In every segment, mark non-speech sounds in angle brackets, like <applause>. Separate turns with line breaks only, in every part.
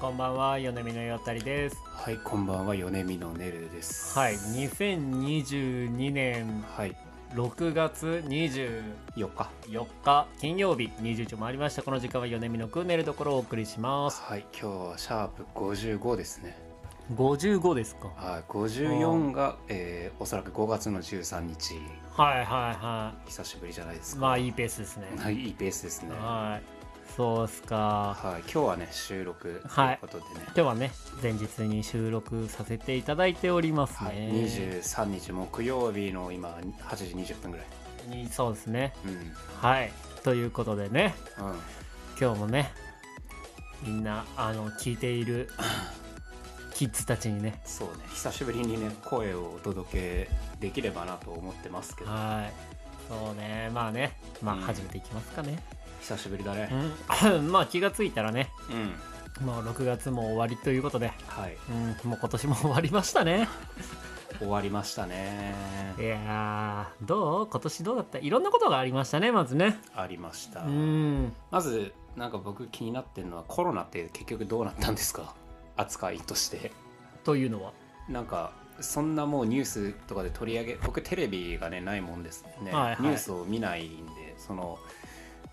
こんばんは、米見のよったりです。
はい、こんばんは、米見のねるです。
はい、2022年
はい、
6月24
4日。
日金曜日20時を回りました。この時間は米見のくねるところをお送りします。
はい、今日はシャープ55ですね。
55ですか。
はい、54が、えーおそらく5月の13日。
はいはいは
久しぶりじゃないです
い。
か。
まあいいペースですね。
はい、いいペースですね。は
はい。そうっすか。
い、今日はね、収録と
はい
いうことでね。
今日はね、前日に収録させていただいております
はい、
ね。
23日木曜日の今8時20分ぐらい。
にそうですね。
うん、う
はい。ということでね。
ん、
今日もねみんなあの聞いている <coughs> キッズたちにね
そうね。久しぶりにね、声をお届けできればなと思ってますけど、
はいそうねまあねまあ
うん
始めていきますかね、
久しぶりだね。
うん <coughs> まあ気がついたらね
うん、
もう6月も終わりということで、
はい、
うん、もう今年も終わりましたね
終わりましたね
い。やーどう今年どうだったいろんなことがありましたねまずね
ありました、
うん
まずなんか僕気になってるのはコロナって結局どうなったんですか扱いとして
というのは
なんかそんなもうニュースとかで取り上げ僕テレビがねないもんですね、
はいはい
ニュースを見ないんでその、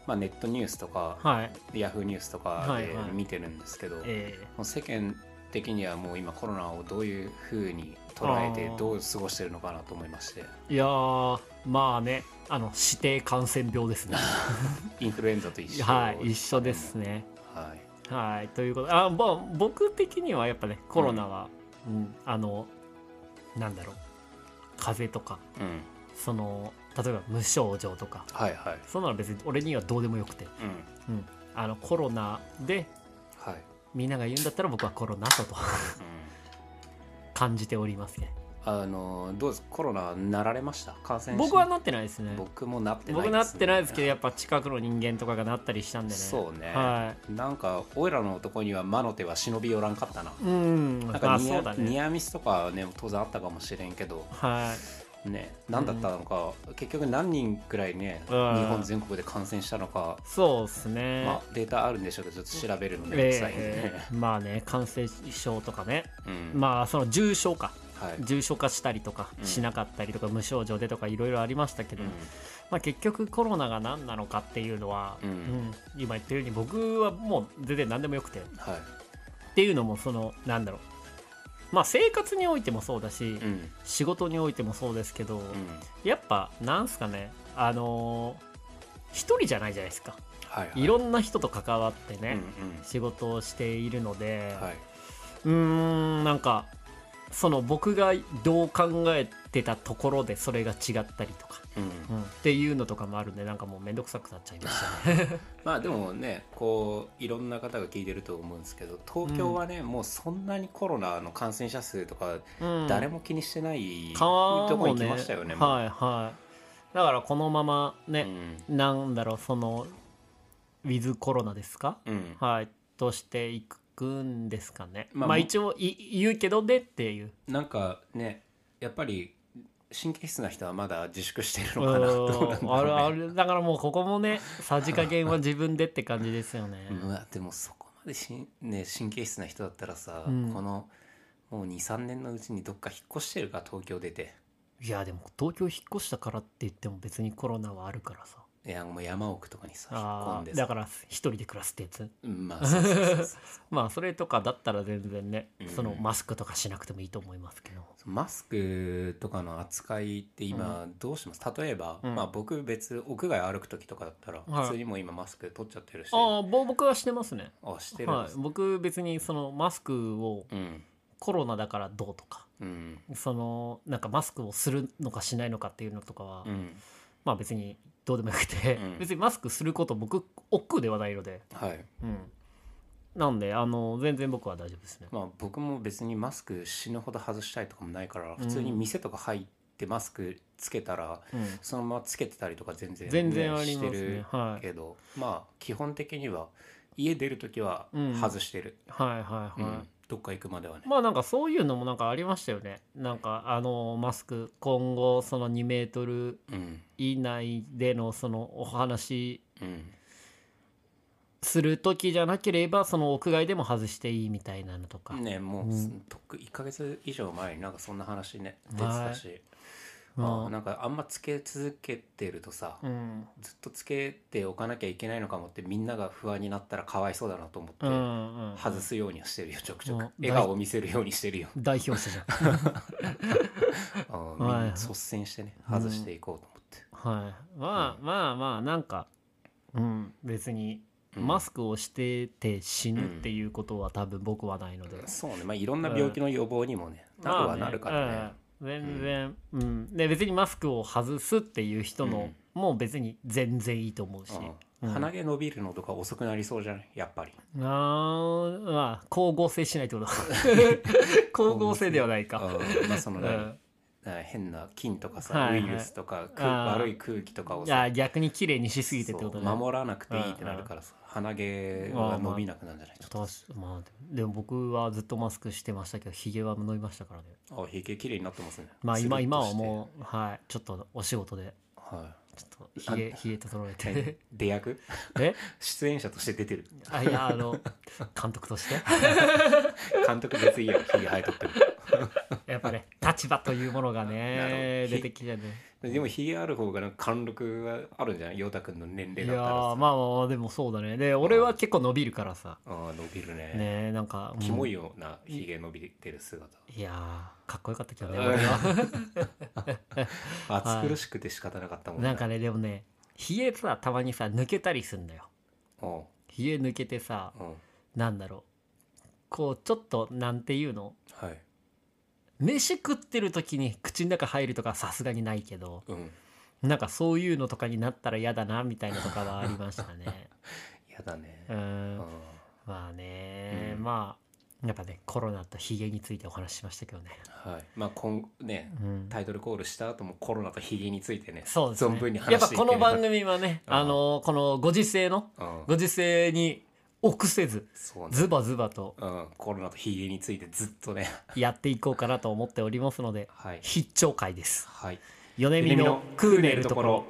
まあ、ネットニュースとか、
はい
ヤフーニュースとか
はい
で
はい
見てるんですけど、
え
もう世間的にはもう今コロナをどういうふうに捉えて
あー
どう過ごしてるのかなと思いまして
ーいやーまあねあの指定感染病です
<laughs>
ね
インフルエンザと一緒、
はい一緒ですね、
はい
はい、ということあ、まあ、僕的にはやっぱねコロナは、うんあのなんだろう風邪とか
うん
その例えば無症状とか
はいはい
そんなの別に俺にはどうでもよくて、
うん
うん、あのコロナで
はい、
みんなが言うんだったら僕はコロナだと <laughs>
うん
感じておりますね
あのどうですコロナなられました感染し
僕はなってないですね
僕もなってない
僕なってないですけどや
っ
っぱ近くの人間とかがなったりしたんでね
そうね、
は
なんかオイラの男には魔の手は忍び寄らんかったな、
いうん
なん
ま
か
あ
ニ
そ
ア,、
うだね
ニアミスとかはね当然あったかもしれんけど
はい
ね何だったのか、結局何人くらいね、
うん
日本全国で感染したのか、
そうですね、
まあ、データあるんでしょうけどちょっと調べるのめんどくさいんでね、
えーまあね感染症とかね
うん
まあその重症化
はい、
重症化したりとか
うん
しなかったりとか、無症状でとかいろいろありましたけど、
う
まあ、結局コロナが何なのかっていうのは、
うん
うん今言ったように僕はもう全然何でもよくてっ
ん、はい、
ていうのもそのなんだろうまあ生活においてもそうだし、
うん
仕事においてもそうですけど、
うん
やっぱなんすかねあのー一人じゃないじゃないですか
はいはい
いろんな人と関わって
うん
ね、仕事をしているので
う、んはいう
ーんなんかその僕がどう考えてたところでそれが違ったりとか、
うん
うんっていうのとかもあるんでなんかもうめんどくさくなっちゃいましたね
まあでもねこういろんな方が聞いてると思うんですけど東京はね、もうそんなにコロナの感染者数とか
うん
誰も気にしてない
かもね
とこに来ましたよね、もう
はいはいだからこのまま
う
ね、
ん
なんだろうそのウィズコロナですか、
うん
はいとしていくんですかねま
ま
あ、
あ
一応い言うけどでっていう
なんかねやっぱり神経質な人はまだ自粛してるのかなどうなんだろう、ね、
あれあれだからもうここもねさじ加減は自分でって感じですよね、
うわでもそこまでしん、ね、神経質な人だったらさ、
うん
このもう23年のうちにどっか引っ越してるか東京出て
いやでも東京引っ越したからって言っても別にコロナはあるからさ
いやもう山奥とかにさ引っ込
あ
んで
ー
さ
だから一人で暮らすってやつ
うんまあそうそうそうそう
まあそれとかだったら全然ね、
うん
そのマスクとかしなくてもいいと思いますけど
マスクとかの扱いって今どうします、例えば、
うん
まあ、僕別屋外歩く時とかだったら
はい
普通にもう今マスク取っちゃってるし、
ああぼ僕はしてますね
あしてるん
は
で
い
す、
僕別にそのマスクを
うん
コロナだからどうとか
うん
そのなんかマスクをするのかしないのかっていうのとかは、
うん
まあ別にどうでもよくて、
うん
別にマスクすること僕億劫ではないので、
はい
うん、なんであの全然僕は大丈夫ですね
まあ、僕も別にマスク死ぬほど外したいとかもないから普通に店とか入ってマスクつけたら
うん
そのままつけてたりとか全然、
全然あり
して
ます
る
ねはい
けど、まあ基本的には家出る時は
うん
外してる、
はいはい
うん
はい、
どっか行くまではね、
まあなんかそういうのもなんかありましたよねなんかあのマスク今後その2メートル
うん
以内でのそのお話
うん
する時じゃなければその屋外でも外していいみたいなのとか、
ねもう、
うん
とっく1ヶ月以上前になんかそんな話ね出てたし、
ま
あ
あ
なんかあんまつけ続けてるとさ、
うん
ずっとつけておかなきゃいけないのかもってみんなが不安になったらかわいそうだなと思って、
うんうん、
外すようにはしてるよちょくち
う
ょく
ん
笑顔を見せるようにして
<laughs>
るよ、
代表者じ
<laughs>
ゃん
あみん
はい
な率先してね外していこうと思って、
はいまあ、まあまあなんかうん別に
うん
マスクをしてて死ぬっていうことは多分僕はないので、
そうねまあいろんな病気の予防にもね、なるはなるからね、
まあねうん全然、うんで別にマスクを外すっていう人の、もう別に全然いいと思うし、
うん
うん
鼻毛伸びるのとか遅くなりそうじゃないやっぱり
あーまあ光合成しないって
<laughs>
こと光合成ではないか、
うんまあその
<laughs> う
ね
ん、
なんか変な菌とかさ、
はいはい
ウイルスとかく
あー
悪い空気とかを
いや
さ
逆に綺麗にしすぎてってことね
そう守らなくていいってなるからさ、鼻毛が伸びなくなるんじゃないちょっと
確かまあでも僕はずっとマスクしてましたけどひげは伸びましたからね
あひげ綺麗になってますね
まあ今今はも
う
うはいちょっとお仕事で
は
ちょっとひげひげ整え
いえ
て
出役 <laughs>
え
出演者として出てる
あいやあの監督として
監督別にいいやひげ生えとって
やっぱ
<laughs>
ね立場というものが
なる
ね
ほど
出てきてね
るでもひげある方がなんか貫禄があるんじゃない陽太くんの年
い
齢
や
だったら
ー
さ、
まあまあまあでもそうだねで俺は結構伸びるからさ
あー伸びるね
ねなんかうん
キモいようなひげ伸びてる姿
いやーかっこよかったけどね
<laughs> うん
俺は <laughs>
暑苦しくて仕方なかったもん
なんかねでもねひげさたまにさ抜けたりすんだよ
うんうん
ひげ抜けてさなんだろうこうちょっとなんていうの
はい
飯食ってる時に口の中入るとかさすがにないけど
うん
なんかそういうのとかになったら嫌だなみたいなとかはありました
<laughs>
ね
やだね
う
うんん
まあね、
うん
まあやっぱねコロナとヒゲについてお話ししましたけどね、
はいまあ今ね
うん、
タイトルコールした後もコロナとヒゲについてね
そうですね
存分に
や
話
っ
し
ぱ
てい
この番
組
組はね
ああ
あのこのご時世のご時世に臆せず
そうね
ズバズバと
うんコロナとヒゲについてずっとね <laughs>
やっていこうかなと思っておりますので
はい
必聴会です
はい
米見のクーネルところ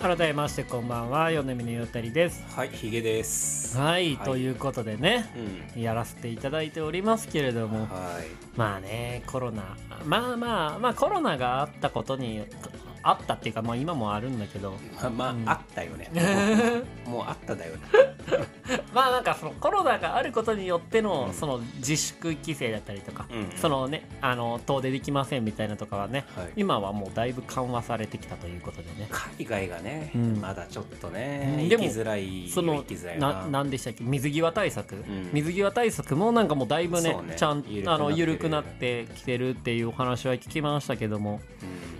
改めましてこんばんは米見のゆうたりです
はいヒゲです
はい、
はい
ということでね
うん
やらせていただいておりますけれども
はい
まあねコロナまあまあまあコロナがあったことにあったっていうかまあ今もあるんだけど
まあまあ、
うん
あったよ
<laughs>
ねもうあっただよね
まあなんかそのコロナがあることによっての、
うん
その自粛規制だったりとか、
うんうん
そのねあの遠出できませんみたいなとかはね
はい
今はもうだいぶ緩和されてきたということでね
海外がね、
うん
まだちょっとね
うん
行
で
き
も
づらい
その
行きづらい
ななんでしたっけ水際対策、
ん
水際対策もなんかもうだいぶね
そうね
ちゃん
緩くなってる
あの緩くなってきてるっていうお話は聞きましたけども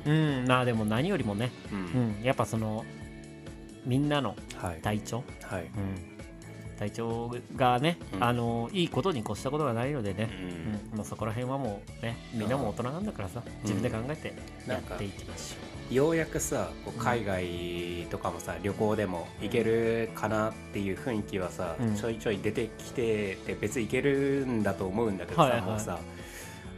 う
うんまあでも何よりもね、
ん
う
う
ん、
ん
やっぱそのみんなの
はい
体調、
はい
体調がね、
うん
あのいいことに越したことがないので
う
ね、うん
ん
もうそこら辺はもうねみんなも大人なんだからさ、自分で考えて
な
や
んか
っていきまし
ようやくさこう海外とかもさ旅行でも行けるかなっていう雰囲気はさ、
うん
ちょいちょい出てきてて別に行けるんだと思うんだけどさ、
はいはい
もうさ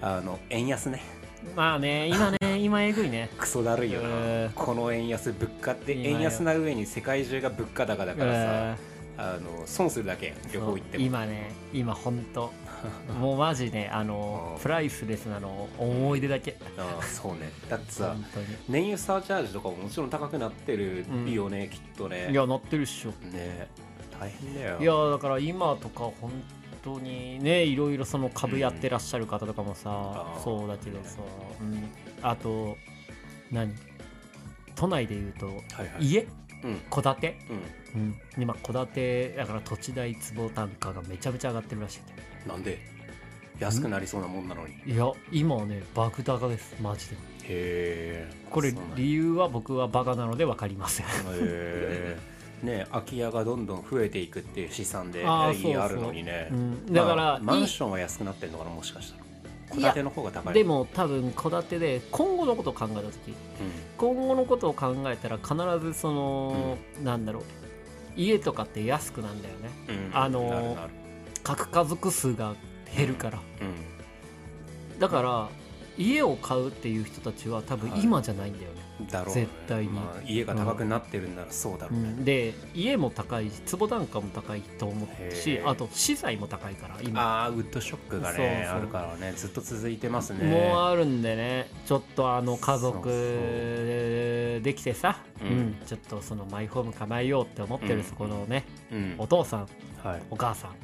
あの円安ね
ょう、まあね今ね
<laughs>
今えぐいね
クソだるいよな、
うん
この円安物価って
今よ
円安な上に世界中が物価高だからさ、
うん
あの損するだけ旅行行っても
今ね今ほん
<laughs>
ともうマジねあの
うん
プライスレスなの思い出だけ
ああそうねだってさ
本当に
燃油サーチャージとかももちろん高くなってるよね、きっとね
いや乗ってるっしょ
ね大変だよ
いやだから今とか本当にねいろいろその株やってらっしゃる方とかもさ、
うん
そうだけどさ、うん、あと何都内でいうと
はいはい
家
うんうん
戸建て、うん、今戸建てだから土地代坪単価がめちゃめちゃ上がってるらしいんだよ
なんで安くなりそうなもんなのにへ
いや今はね爆高ですマジで
え
これ
そう <laughs> なんだへ
理由は僕はバカなので分かりません
えね空き家がどんどん増えていくっていう試算で
ああ
家あ
そうそう
るのにね、
うんだから
まあ
い
マンションは安くなってんのかなもしかしたら戸
いや
建ての方が高い
で、も多分戸建てで今後のことを考えた時今後のことを考えたら必ずその、なんだろう家とかって安くなんだよね
うん
あのー
なるなる
核家族数が減るから
う
だから家を買うっていう人たちは多分
はい
今じゃないんだよね、
んだろうね
絶対に
まあ、家が高くなってるんならそうだろ
う
うね、
ん、で家も高いし坪単価も高いと思うし
へー
あと資材も高いから今
ああウッドショックがね
そうそう
あるからねずっと続いてますね
もうあるんでねちょっとあの家
そう
族できてさ
うん
うんちょっとそのマイホーム構えようって思って
う
る
ん
そこのね
うん
お父さん
はい、
お母さん
うん、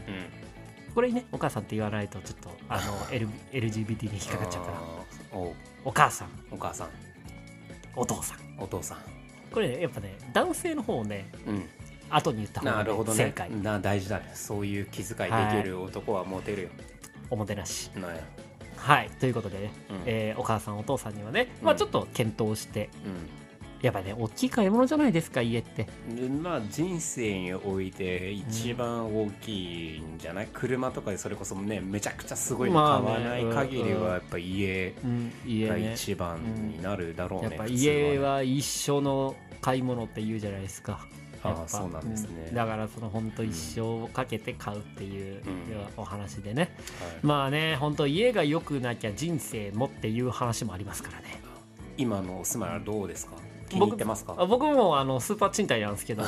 これにねお母さんって言わないとちょっとあの L LGBT に引っかかっちゃうから
らお
お母さん
お母さん
お父さん
お父さん
これねやっぱね男性の方をね
うん
後に言った方
な
が、
るほ
ね
どね
正解
な大事だねそういう気遣いできる男はモテるよ、
おもてなし
なんや
はいということでね、
うん
えーお母さんお父さんにはね、まあ、
うん
ちょっと検討してやっぱね大きい買い物じゃないですか家って
うんでまあ人生において一番大きいんじゃない、車とかでそれこそねめちゃくちゃすごいの
まあ
買
ね
わない限り
うん
はやっぱ家
家
が
ね
一番になるだろうね
やっぱ
普通
家
ね
は一生の買い物って言うじゃないですか
ああ
やっぱ
そうなんですね
だからその本当一生をかけて買うっていう
う
お話でね、
はい
まあね本当家が良くなきゃ人生もっていう話もありますからね
今のお住まいはどうですか気に入ってますか
あ僕もあのスーパー賃貸なん
<laughs>
ですけど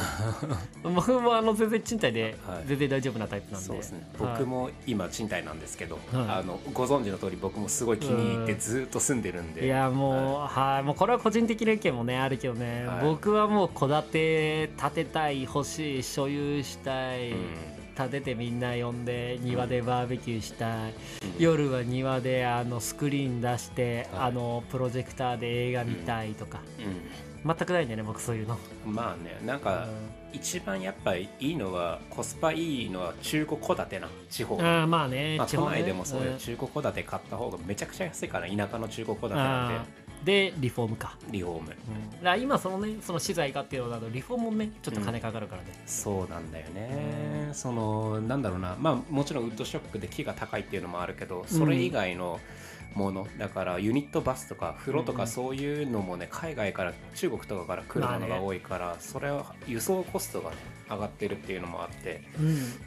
僕もあの全然賃貸で
はい
全然大丈夫なタイプなんで,、
そうですね
はい
僕も今賃貸なんですけど、
はい
あのご存知の通り僕もすごい気に入って
うん
ずっと住んでるんで
いやもう、はい、もうこれは個人的な意見もねあるけどね、
はい
僕はもう戸建て建てたい欲しい所有したい、
うん
建ててみんな呼んで庭でバーベキューしたい、
うん
夜は庭であのスクリーン出して、
はい
あのプロジェクターで映画見たいとか、全くないんだよね僕そういうの、
うんまあねなんか一番やっぱいいのはコスパいいのは中古戸建てな地方、
うんあーまあね、
まあ、
地
都
方ね
内でもそういうん中古戸建て買った方がめちゃくちゃ安いから田舎の中古戸建てなん
あーでリフォームか,、
でリフォーム
うん、だから今そのねその資材買っていうのだとリフォームもねちょっと金かかるからね、
そうなんだよね、そのなんだろうなまあもちろんウッドショックで木が高いっていうのもあるけどそれ以外のもの、だからユニットバスとか風呂と
うんうん
かそういうのもね海外から中国とかから来るもの
まあ
が
ね
多いから、それは輸送コストがね上がってるっていうのもあって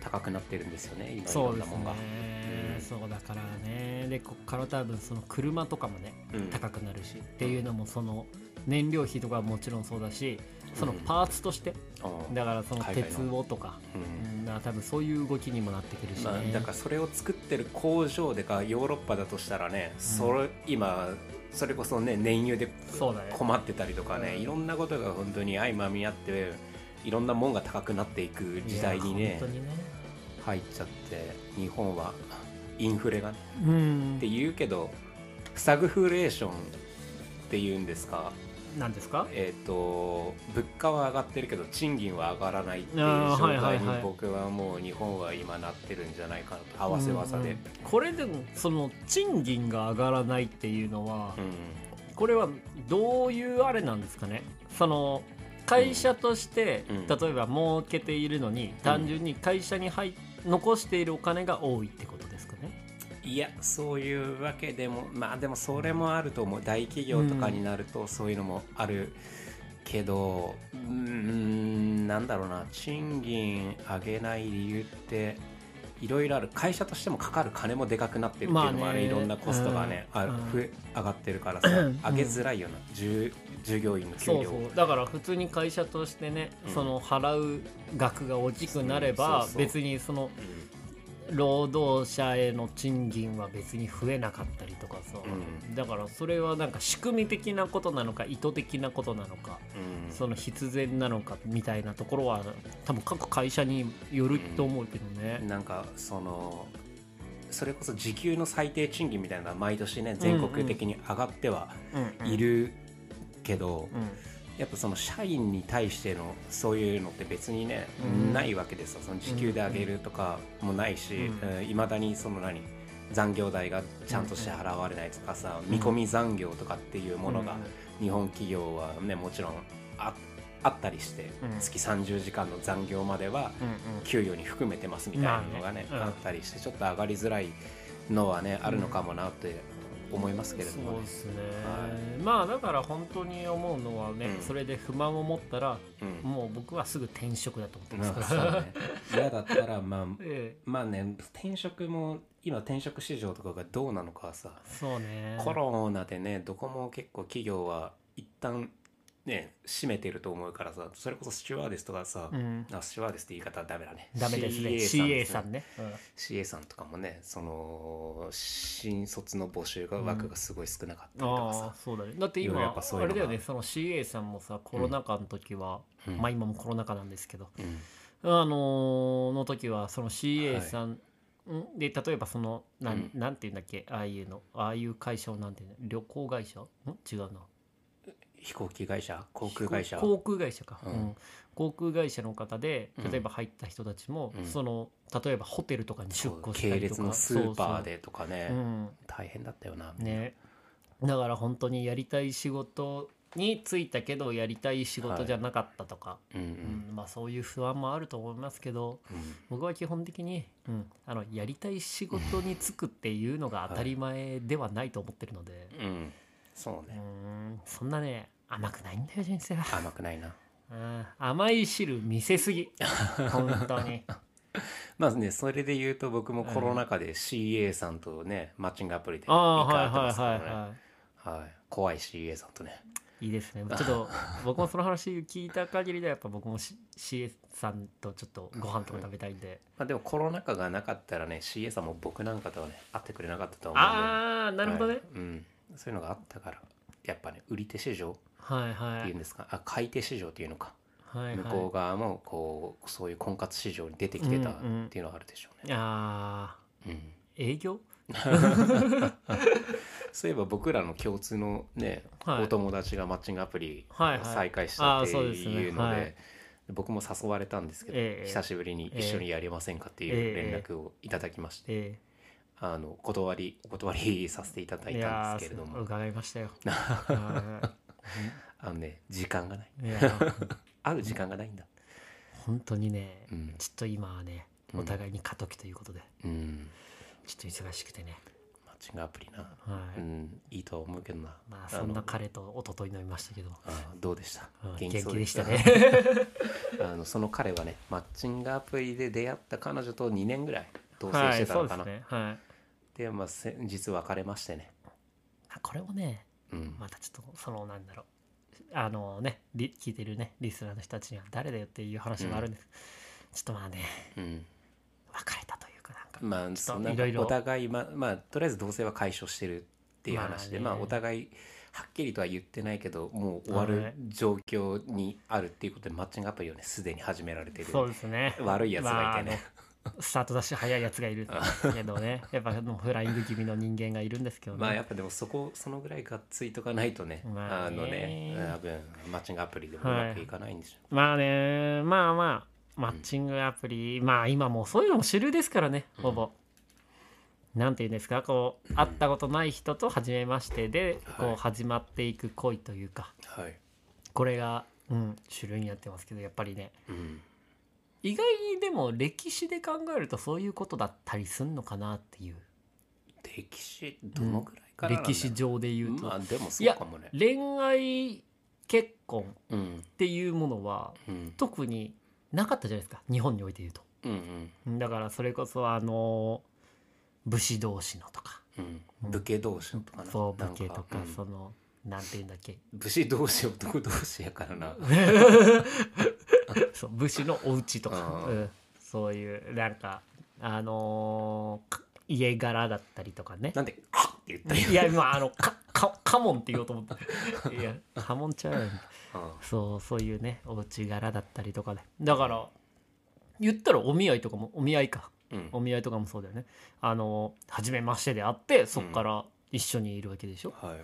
高くなってるんですよね今い
そ
ろ
うんで
な
す
もんが
ね、
うん
そうだからねでこっから多分その車とかもね
うん
高くなるし、っていうのもその燃料費とかはもちろんそうだしその
うん
パーツとして、
うん
だからその
海外の
鉄をとか、
うん
うん、だから多分そういう動きにもなってくるしね、
まあ、だからそれを作ってる工場でかヨーロッパだとしたらね、それ今それこそね燃油で
そうだね
困ってたりとかね
うん
いろんなことが本当に相まみ合っていろんなもんが高くなっていく時代に
いや
ね
本当にね
入っちゃって日本はインフレがね
うん
って言うけどスタグフレーションっていうんですか、
なんですか
えー、と物価は上がってるけど賃金は上がらないっていう
あ
状
ーはいはい
態
はい
に僕はもう日本は今なってるんじゃないかなと合わせ技
う
で
ん。これでもその賃金が上がらないっていうのは、
うん
これはどういうあれなんですかねその会社として、
うん
例えば儲けているのに、単純に会社に入残しているお金が多いってことですかね
いやそういうわけでもまあでもそれもあると思う大企業とかになるとそういうのもあるけどうーんなんだろうな賃金上げない理由っていろいろある会社としてもかかる金もでかくなってるっていうのも
まあ
あ
ね
れいろんなコストがね、
うん
あ
うん
増え上がってるからさ
うん
上げづらいよな従従業員の給料
そうそうだから普通に会社としてね、
うん
その払う額が大きくなれば、
うんそうそう
別にその労働者への賃金は別に増えなかったりとかさ、
う
だからそれはなんか仕組み的なことなのか意図的なことなのか
うんうん
その必然なのかみたいなところは多分各会社によると思うけどね。
なんかそのそれこそ時給の最低賃金みたいなのが毎年ね全国的に上がってはいるけど、
うん、
やっぱその社員に対してのそういうのって別にね、
うん
ないわけですよその時給で上げるとかもないし
うん
いま、未だにその何残業代がちゃんと支払われないとかさ、見込み残業とかっていうものが日本企業はねもちろんああったりして、
うん
月30時間の残業までは
うんうん
給与に含めてますみたいなのがね,、
まあ
あ
ねうん
ったりしてちょっと上がりづらいのはねあるのかもなって思いますけれど
そ
も
う
ね
で。すね、
は
まあだから本当に思うのはね、
うん
それで不満を持ったら
うん
もう僕はすぐ転職だと思ってます
ま
から、
あそうね嫌だったらまあ
<laughs> え
まあね転職も今転職市場とかがどうなのかはさ
えそうね
コロナでねどこも結構企業は一旦ね閉めてると思うからさそれこそスチュワーデスとかさ、
うん
あスチュワーデスって言い方はダメだね
ダメですね
CA
CA
さ
さ
ん
んね
CA さんとかもねその新卒の募集が
うん
枠がすごい少なかったりとか
ああ
さ、
そうだねだって
いろい
今
ろやっぱそういう
あ
の
れ
が
だよねその CA さんもさコロナ禍の時は、
うん
まあ今もコロナ禍なんですけど
うん
あのーの時はその CA
はい
さん、んで例えばそのなん,、
うん
なんていうんだっけああいうのああいう会社をなんていうの旅行会社ん違うな
飛行機会社航空会社
航航空会社か、
うん
うん航空会社の方で
うん
例えば入った人たちも、
うん
その例えばホテルとかに出
そう
向した
系
りと
列
か
のスーパー
そう
でとかね
そううん
大変だったよな、
ねだから本当にやりたい仕事に就いたけどやりたい仕事じゃなかったとか、
うんう
うん
ん
まあそういう不安もあると思いますけど
うん
僕は基本的に、うん、あのやりたい仕事に就くっていうのが当たり前ではないと思ってるので、
うんそう
うー
ね
んそんなね甘くないんだよ人生は
甘くないな
うん甘い汁見せす
<laughs>
ぎ本当に
まあねそれで言うと僕もコロナ禍で CA さんとねマッチングアプリで
ああ
一
は
回会
い
ってますか
は
ら
い
ね
はいは
はい怖い CA さんとね
いいい
<laughs>
ですねちょっと僕もその話聞いた限りではやっぱ僕も C- CS さんとちょっとご飯とか食べたいん
<laughs>
で、
まあでもコロナ禍がなかったらね CA さんも僕なんかとはね会ってくれなかったと思うんで
ああなるほどね
はい、うん、そういうのがあったからやっぱね売り手市場
はい
っ
は
てい
い
うんですか、あ買い手市場っていうのか、
はい
向
は
こう側もこうそういう婚活市場に出てきてたっ
うんうん
ていうのはあるでしょう
い
ね、
ああ
うん
営業
そういえば僕らの共通のね、
はい
お友達がマッチングアプリ
はいはい
再開したって
あーそうですね
いうので,、
はい
僕も誘われたんですけど、
ええ
久しぶりに一緒にやりませんかっていう連絡をいただきまして、
え
あの断りお断り <laughs> させていただ
え
い
い
た
や
ん
ー
ですけれど
そう
も
伺いま
<laughs>
したよは
あのね時間がない
いいやー
会う時間がないんだ、
本当にね
うん
ちょっと今はね
うん
お互いに過渡期ということで、
うん、
ちょっと忙しくてね
マッチングアプリな、
はい、
うん、いいとは思うけどな
まあ
あの
そんな彼と一昨日飲みましたけど、
あーどうでした
うん
元
元
気そう
気でした
す
ね
<laughs> あのその彼はねマッチングアプリで出会った彼女と2年ぐらい同棲してたのかな、
はい、そうですねはい
でまあ先日別れましてね
あこれもね
うん、
またちょっとそのなんだろうあのねリ聞いてるねリスナーの人たちには誰だよっていう話もあるんです、ちょっとまあね
うん、
別れたというかなんか、
まあ
ちょ
そ
っ
ん
と
ない
ろいろ
お互いまあまあとりあえず同棲は解消してるっていう話で、ま
ま
あ
あね
お互いはっきりとは言ってないけどもう終わる状況にあるっていうことでマッチングアプリをねすでに始められてる
そうですね
悪いやつがいて
まああ
ね、
のスタートダッシュ早いやつがいるけど
<laughs>
ねやっぱもうフライング気味の人間がいるんですけどね、
まあやっぱでもそこそのぐらいがっついとかないとね、
ま
あ
あね
のね多分マッチングアプリでもうまくいかないんでしょ
まあねまあまあマッチングアプリ、まあ今もうそういうのも主流ですからねほぼ、なんていうんですかこう会ったことない人と初めましてで、
は
こ
いう
始まっていく恋というか
う、はい、
これが、うん、主流になってますけどやっぱりね
うん、
意外にでも歴史で考えるとそういうことだったりすんのかなっていう
歴史どのぐらいからなんだろう
歴史上で言うと、
まあでもそうかもね
恋愛結婚っ
うん
ていうものは
うん
特になかったじゃないですか日本において言うと。
うんうん
だからそれこそあの武士同士のとか
うん武家同士のとかな
そう
なん
武家とか
うん
そのなんていうんだっけ
武士同士男同士やか
<laughs>
らな
そう武士のお家とか、
うん
うんそういうなんかあのーか家柄だったりとかね
なんで「あっ!」って言ったよ
いやまああのかか家紋って言おうと思ったいや家紋ちゃうやん
あ
そうそういうねお家柄だったりとかねだから言ったらお見合いとかもお見合いか
あうん
お見合いとかもそうだよねあの初めましてで会ってそっから一緒にいるわけでしょ、
はい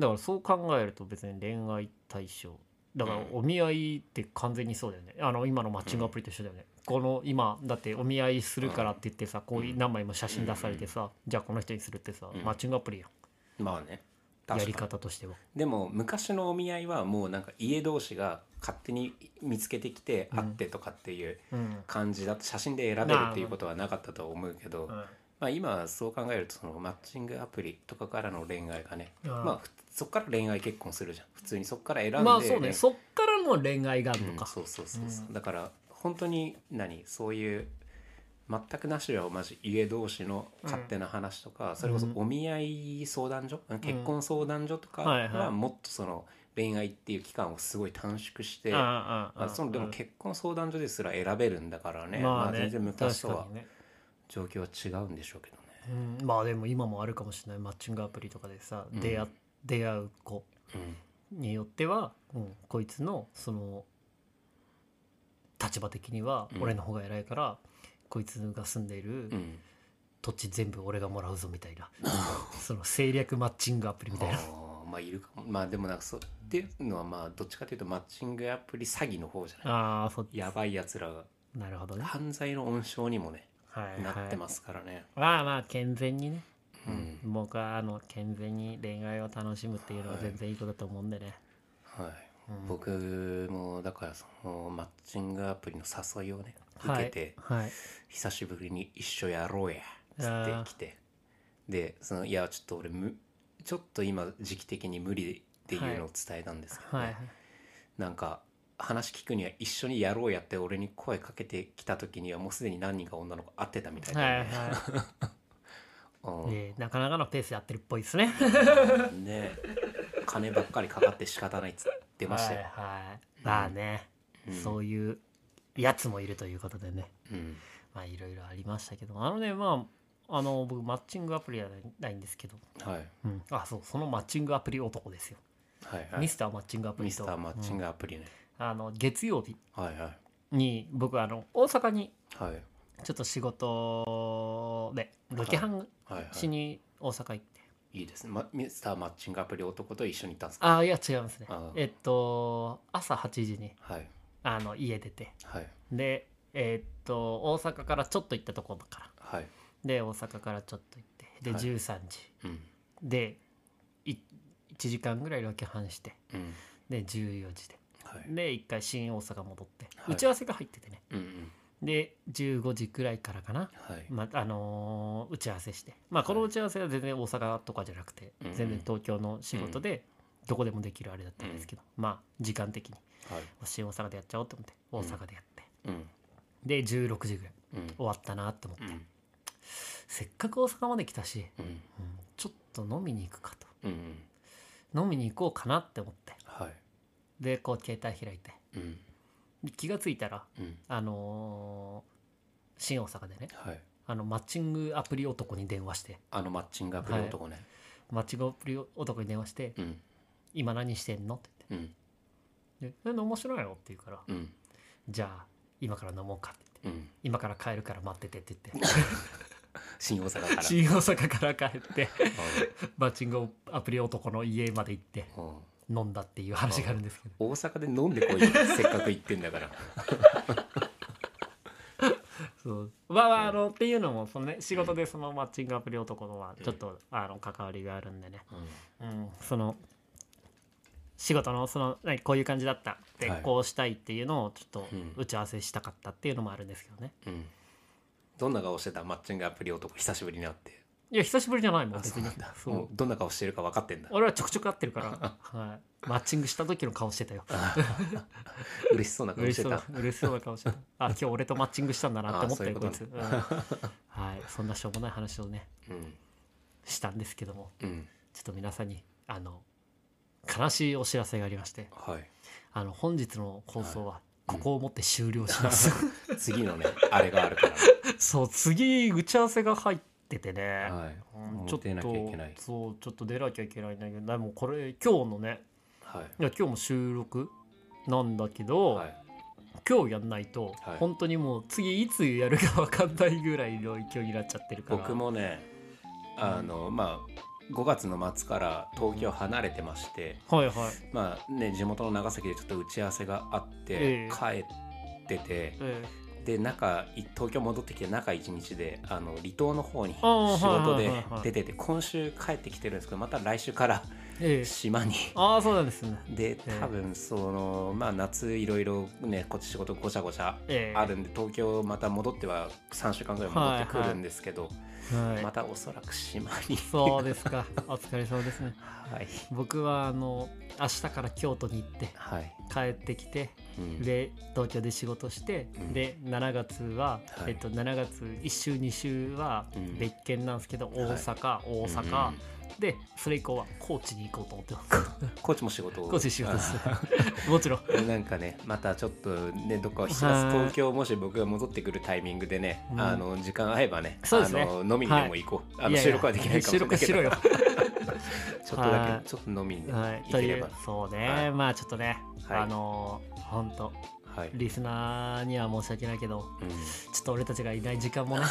だからそう考えると別に恋愛対象だから
うん
お見合いって完全にそうだよねあの今のマッチングアプリと一緒だよね、この今だってお見合いするからって言ってさこういう何枚も写真出されてさ、じゃあこの人にするってさ、
うん
マッチングアプリやん
まあね
や
確
り
かに
方としては
でも昔のお見合いはもうなんか家同士が勝手に見つけてきて
うん
会ってとかっていう
うん、
感じだと写真で選べるっていうことはなかったと思うけど、まあ、今そう考えるとそのマッチングアプリとかからの恋愛がね
あー
まあふそっから恋愛結婚するじゃん普通にそっから選んで、
まあそうね
ね
そっからの恋愛があるの
うん
か、
そうそうそうそう、
うん
だから本当に何そういう全くなしはマジ家同士の勝手な話とか、それこそお見合い相談所、結婚相談所とか
はいはい
はもっとその恋愛っていう期間をすごい短縮して、
ああああ
まあ、そのでも結婚相談所ですら選べるんだからね,、まあ
まあね
全然昔とは
確かにね
状況は違うんでしょうけどね。
うん、まあでも今もあるかもしれないマッチングアプリとかでさ、
うん
出会出会う子によっては、うん、こいつのその立場的には
うん
俺の方が偉いから、こいつが住んでいる
うんうん
土地全部俺がもらうぞみたいな、その政略マッチングアプリみたいな。
あーまあいるかもまあでもなんかそうっていうのはまあどっちかというとマッチングアプリ詐欺の方じゃない
ああそ
やばいやつらが
なるほどね。
犯罪の温床にもね
はい、。
なってますすからね、
まあまあ健全にね、
うん
僕はあの健全に恋愛を楽しむっていうのは
はい
全然いいことだと思うんでね。
はい
うん
僕もだからそのマッチングアプリの誘いをね受
はい
けて、
はい。
久しぶりに一緒やろうやつ
あー
って来てでそのいやちょっと俺むちょっと今時期的に無理っていうのを伝えたんですけどね、
はいはい。
なんか話聞くには一緒にやろうやって俺に声かけてきた時にはもうすでに何人か女の子会ってたみたい
はい
な、ね
はい。
うん
でなかなかのペースでやってるっぽいですね。
ね金ばっかりかかって仕方ないっつってましたよ、
はいはい。まあね、
うん
そういうやつもいるということでね、
うん
まあいろいろありましたけど、あのね、まあ、あの僕マッチングアプリはないんですけど、
はい
うん、あそうそのマッチングアプリ男ですよ、
はいはい
ミスターマッチングアプリ
ミ
と
スターマッチン
うん
グアプリね、
あの月曜日
はいはい
に僕あの大阪に
はい
ちょっと仕事でロケハン
はい
し
は
に大阪行って、
いいいですね、ま、ミスターマッチングアプリ男と一緒に行ったんですか
ああいや違いますね
あー
えっと朝8時に
はい
あの家出て
はい
でえっと大阪からちょっと行ったところだから
はい
で大阪からちょっと行ってで、
はい
13時
うん
で1時間ぐらいロケハンして
うん
で14時で
はい
で1回新大阪戻って、
は
打
い
ち合わせが入っててね
うんうん
で15時くらいからかな、
はい
まあのー打ち合わせしてまあこの
はい
打ち合わせは全然大阪とかじゃなくて、
うんうん
全然東京の仕事でどこでもできるあれだったんですけど、まあ時間的に
はい
新大阪でやっちゃおうと思って大阪でやって、
うん
で16時ぐらい
うん
終わったなって思って、
うん
せっかく大阪まで来たし、
うん
うんちょっと飲みに行くかと
うんうん
飲みに行こうかなって思って
はい
でこう携帯開いて
うん
で気がついたら
うん
あのー新大阪でね
はい
あのマッチングアプリ男に電話して
あのマッチングアプリ男ね、
マッチングアプリ男に電話して
うん
「今何してんの?」って
うん
言って「でえ面白いの?」って言うから
うん
「じゃあ今から飲もうか」って言って
うん
「今から帰るから待ってて」って言って
新大阪から
新大阪から帰って <laughs> マッチングアプリ男の家まで行って
うんうん
飲んだっていう話があるんですけど
大阪で飲んでこいよせっかく行ってんだから
そうまあまああのっていうのもその、ね、仕事でそのマッチングアプリ男のはちょっとあの関わりがあるんでね、
うん
うん、その仕事のその何こういう感じだったで、
はい
こうしたいっていうのをちょっと
うん
打ち合わせしたかったっていうのもあるんですけどね、
うんどんな顔してたマッチングアプリ男久しぶりに会って
いや久しぶりじゃないも
あ
ん別
そう
に
なんだ
<laughs> そう
もうどんな顔してるか分かってんだ
俺はちょくちょく会ってるから、
<laughs>
はい、マッチングした時の顔してたよ
嬉しそうな顔
嬉
し
してそうな
た
嬉しそうな顔してた
<laughs>
あ今日俺とマッチングしたんだなって思ったよこ
あそう
い
い
う
こ
つ、
と
うん
<laughs>
はいそんなしょうもない話をね
うん
したんですけども
うん
ちょっと皆さんにあの悲しいお知らせがありまして
はい <laughs>
あの本日の放送はここをもって終了します、
次のねあれがあるか
<laughs> そう次打ち合わせが入っててね
ら、はい
うん
もう
ちょっと
出なきゃいけない
そうちょっと出なきゃいけないんだけどでもこれ今日のね
はい
いや今日も収録なんだけど、
はい
今日やんないと、
はい
本当にもう次いつやるか分かんないぐらいの勢いになっちゃってるから
僕もねあのまあ5月の末から東京離れてまして、
はいはい
まあね地元の長崎でちょっと打ち合わせがあって、
ええ
帰ってて
え
で中い東京戻ってきて中1日であの離島の方に仕
あー
事で
はいはいはいはい
出てて今週帰ってきてるんですけどまた来週から <laughs>
ええ
島に
ああそうなんですね
で
え
多分そのまあ夏いろいろねこっち仕事ごちゃごちゃ
ええ
あるんで東京また戻っては3週間ぐらい戻ってくるんですけど、
はい、
またおそらく島に
そうですかお疲れ様ですね
<laughs> はい
僕はあの明日から京都に行って
はい、
帰ってきて
うん
で東京で仕事して、
うん
で7月は、
は
え
い
っと、7月1週2週は
うん
別件なんですけど、
い
大阪、大阪、でそれ以降は高知に行こうと思ってます
うんコーチも仕事を
高知仕事です
<laughs>
もちろん
なんかねまたちょっとねどっか7月
はい
東京もし僕が戻ってくるタイミングでね、
うん
あの時間合えばね
そうですね
あの飲みにでも行こう、あの
いやいや
収録はできないかもしれないけど
収録
<laughs> ちょっとだ
は
け
い
ちょっと飲みに
しろよ、
ね
はい、
行
と
け
い
れば
うそうね、
はい
まあちょっとね、
はい
あの本当
はい、
リスナーには申し訳ないけど
うん
ちょっと俺たちがいない時間もね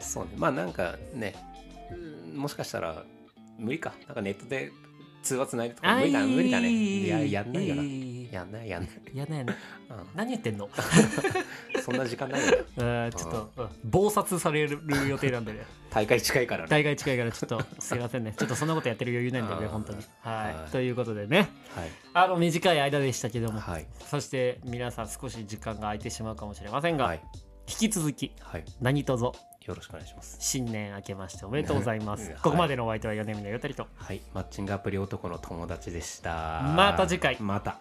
そうねまあなんかねうんもしかしたら無理かなんかネットで通話つないでとか無理だ無理だねいややんないよ
や
なやんないやんない、
やんないやんない何言ってんの
うん、そんな時間ないよな
うんちょっと、うん暴殺される予定なんでね
大会近いからね
大概近いからちょっとすいませんねちょっとそんなことやってる余裕ないんでね
あー
本当にはい、
はい
ということでね
はい
あの短い間でしたけども、
はい
そして皆さん少し時間が空いてしまうかもしれませんが、
はい、
引き続き
はい、
何卒
よろしくお願いします
新年明けましておめでとうございます、
<laughs> はい
ここまでのお相手は米宮よたりと
はいマッチングアプリ男の友達でした
また次回
また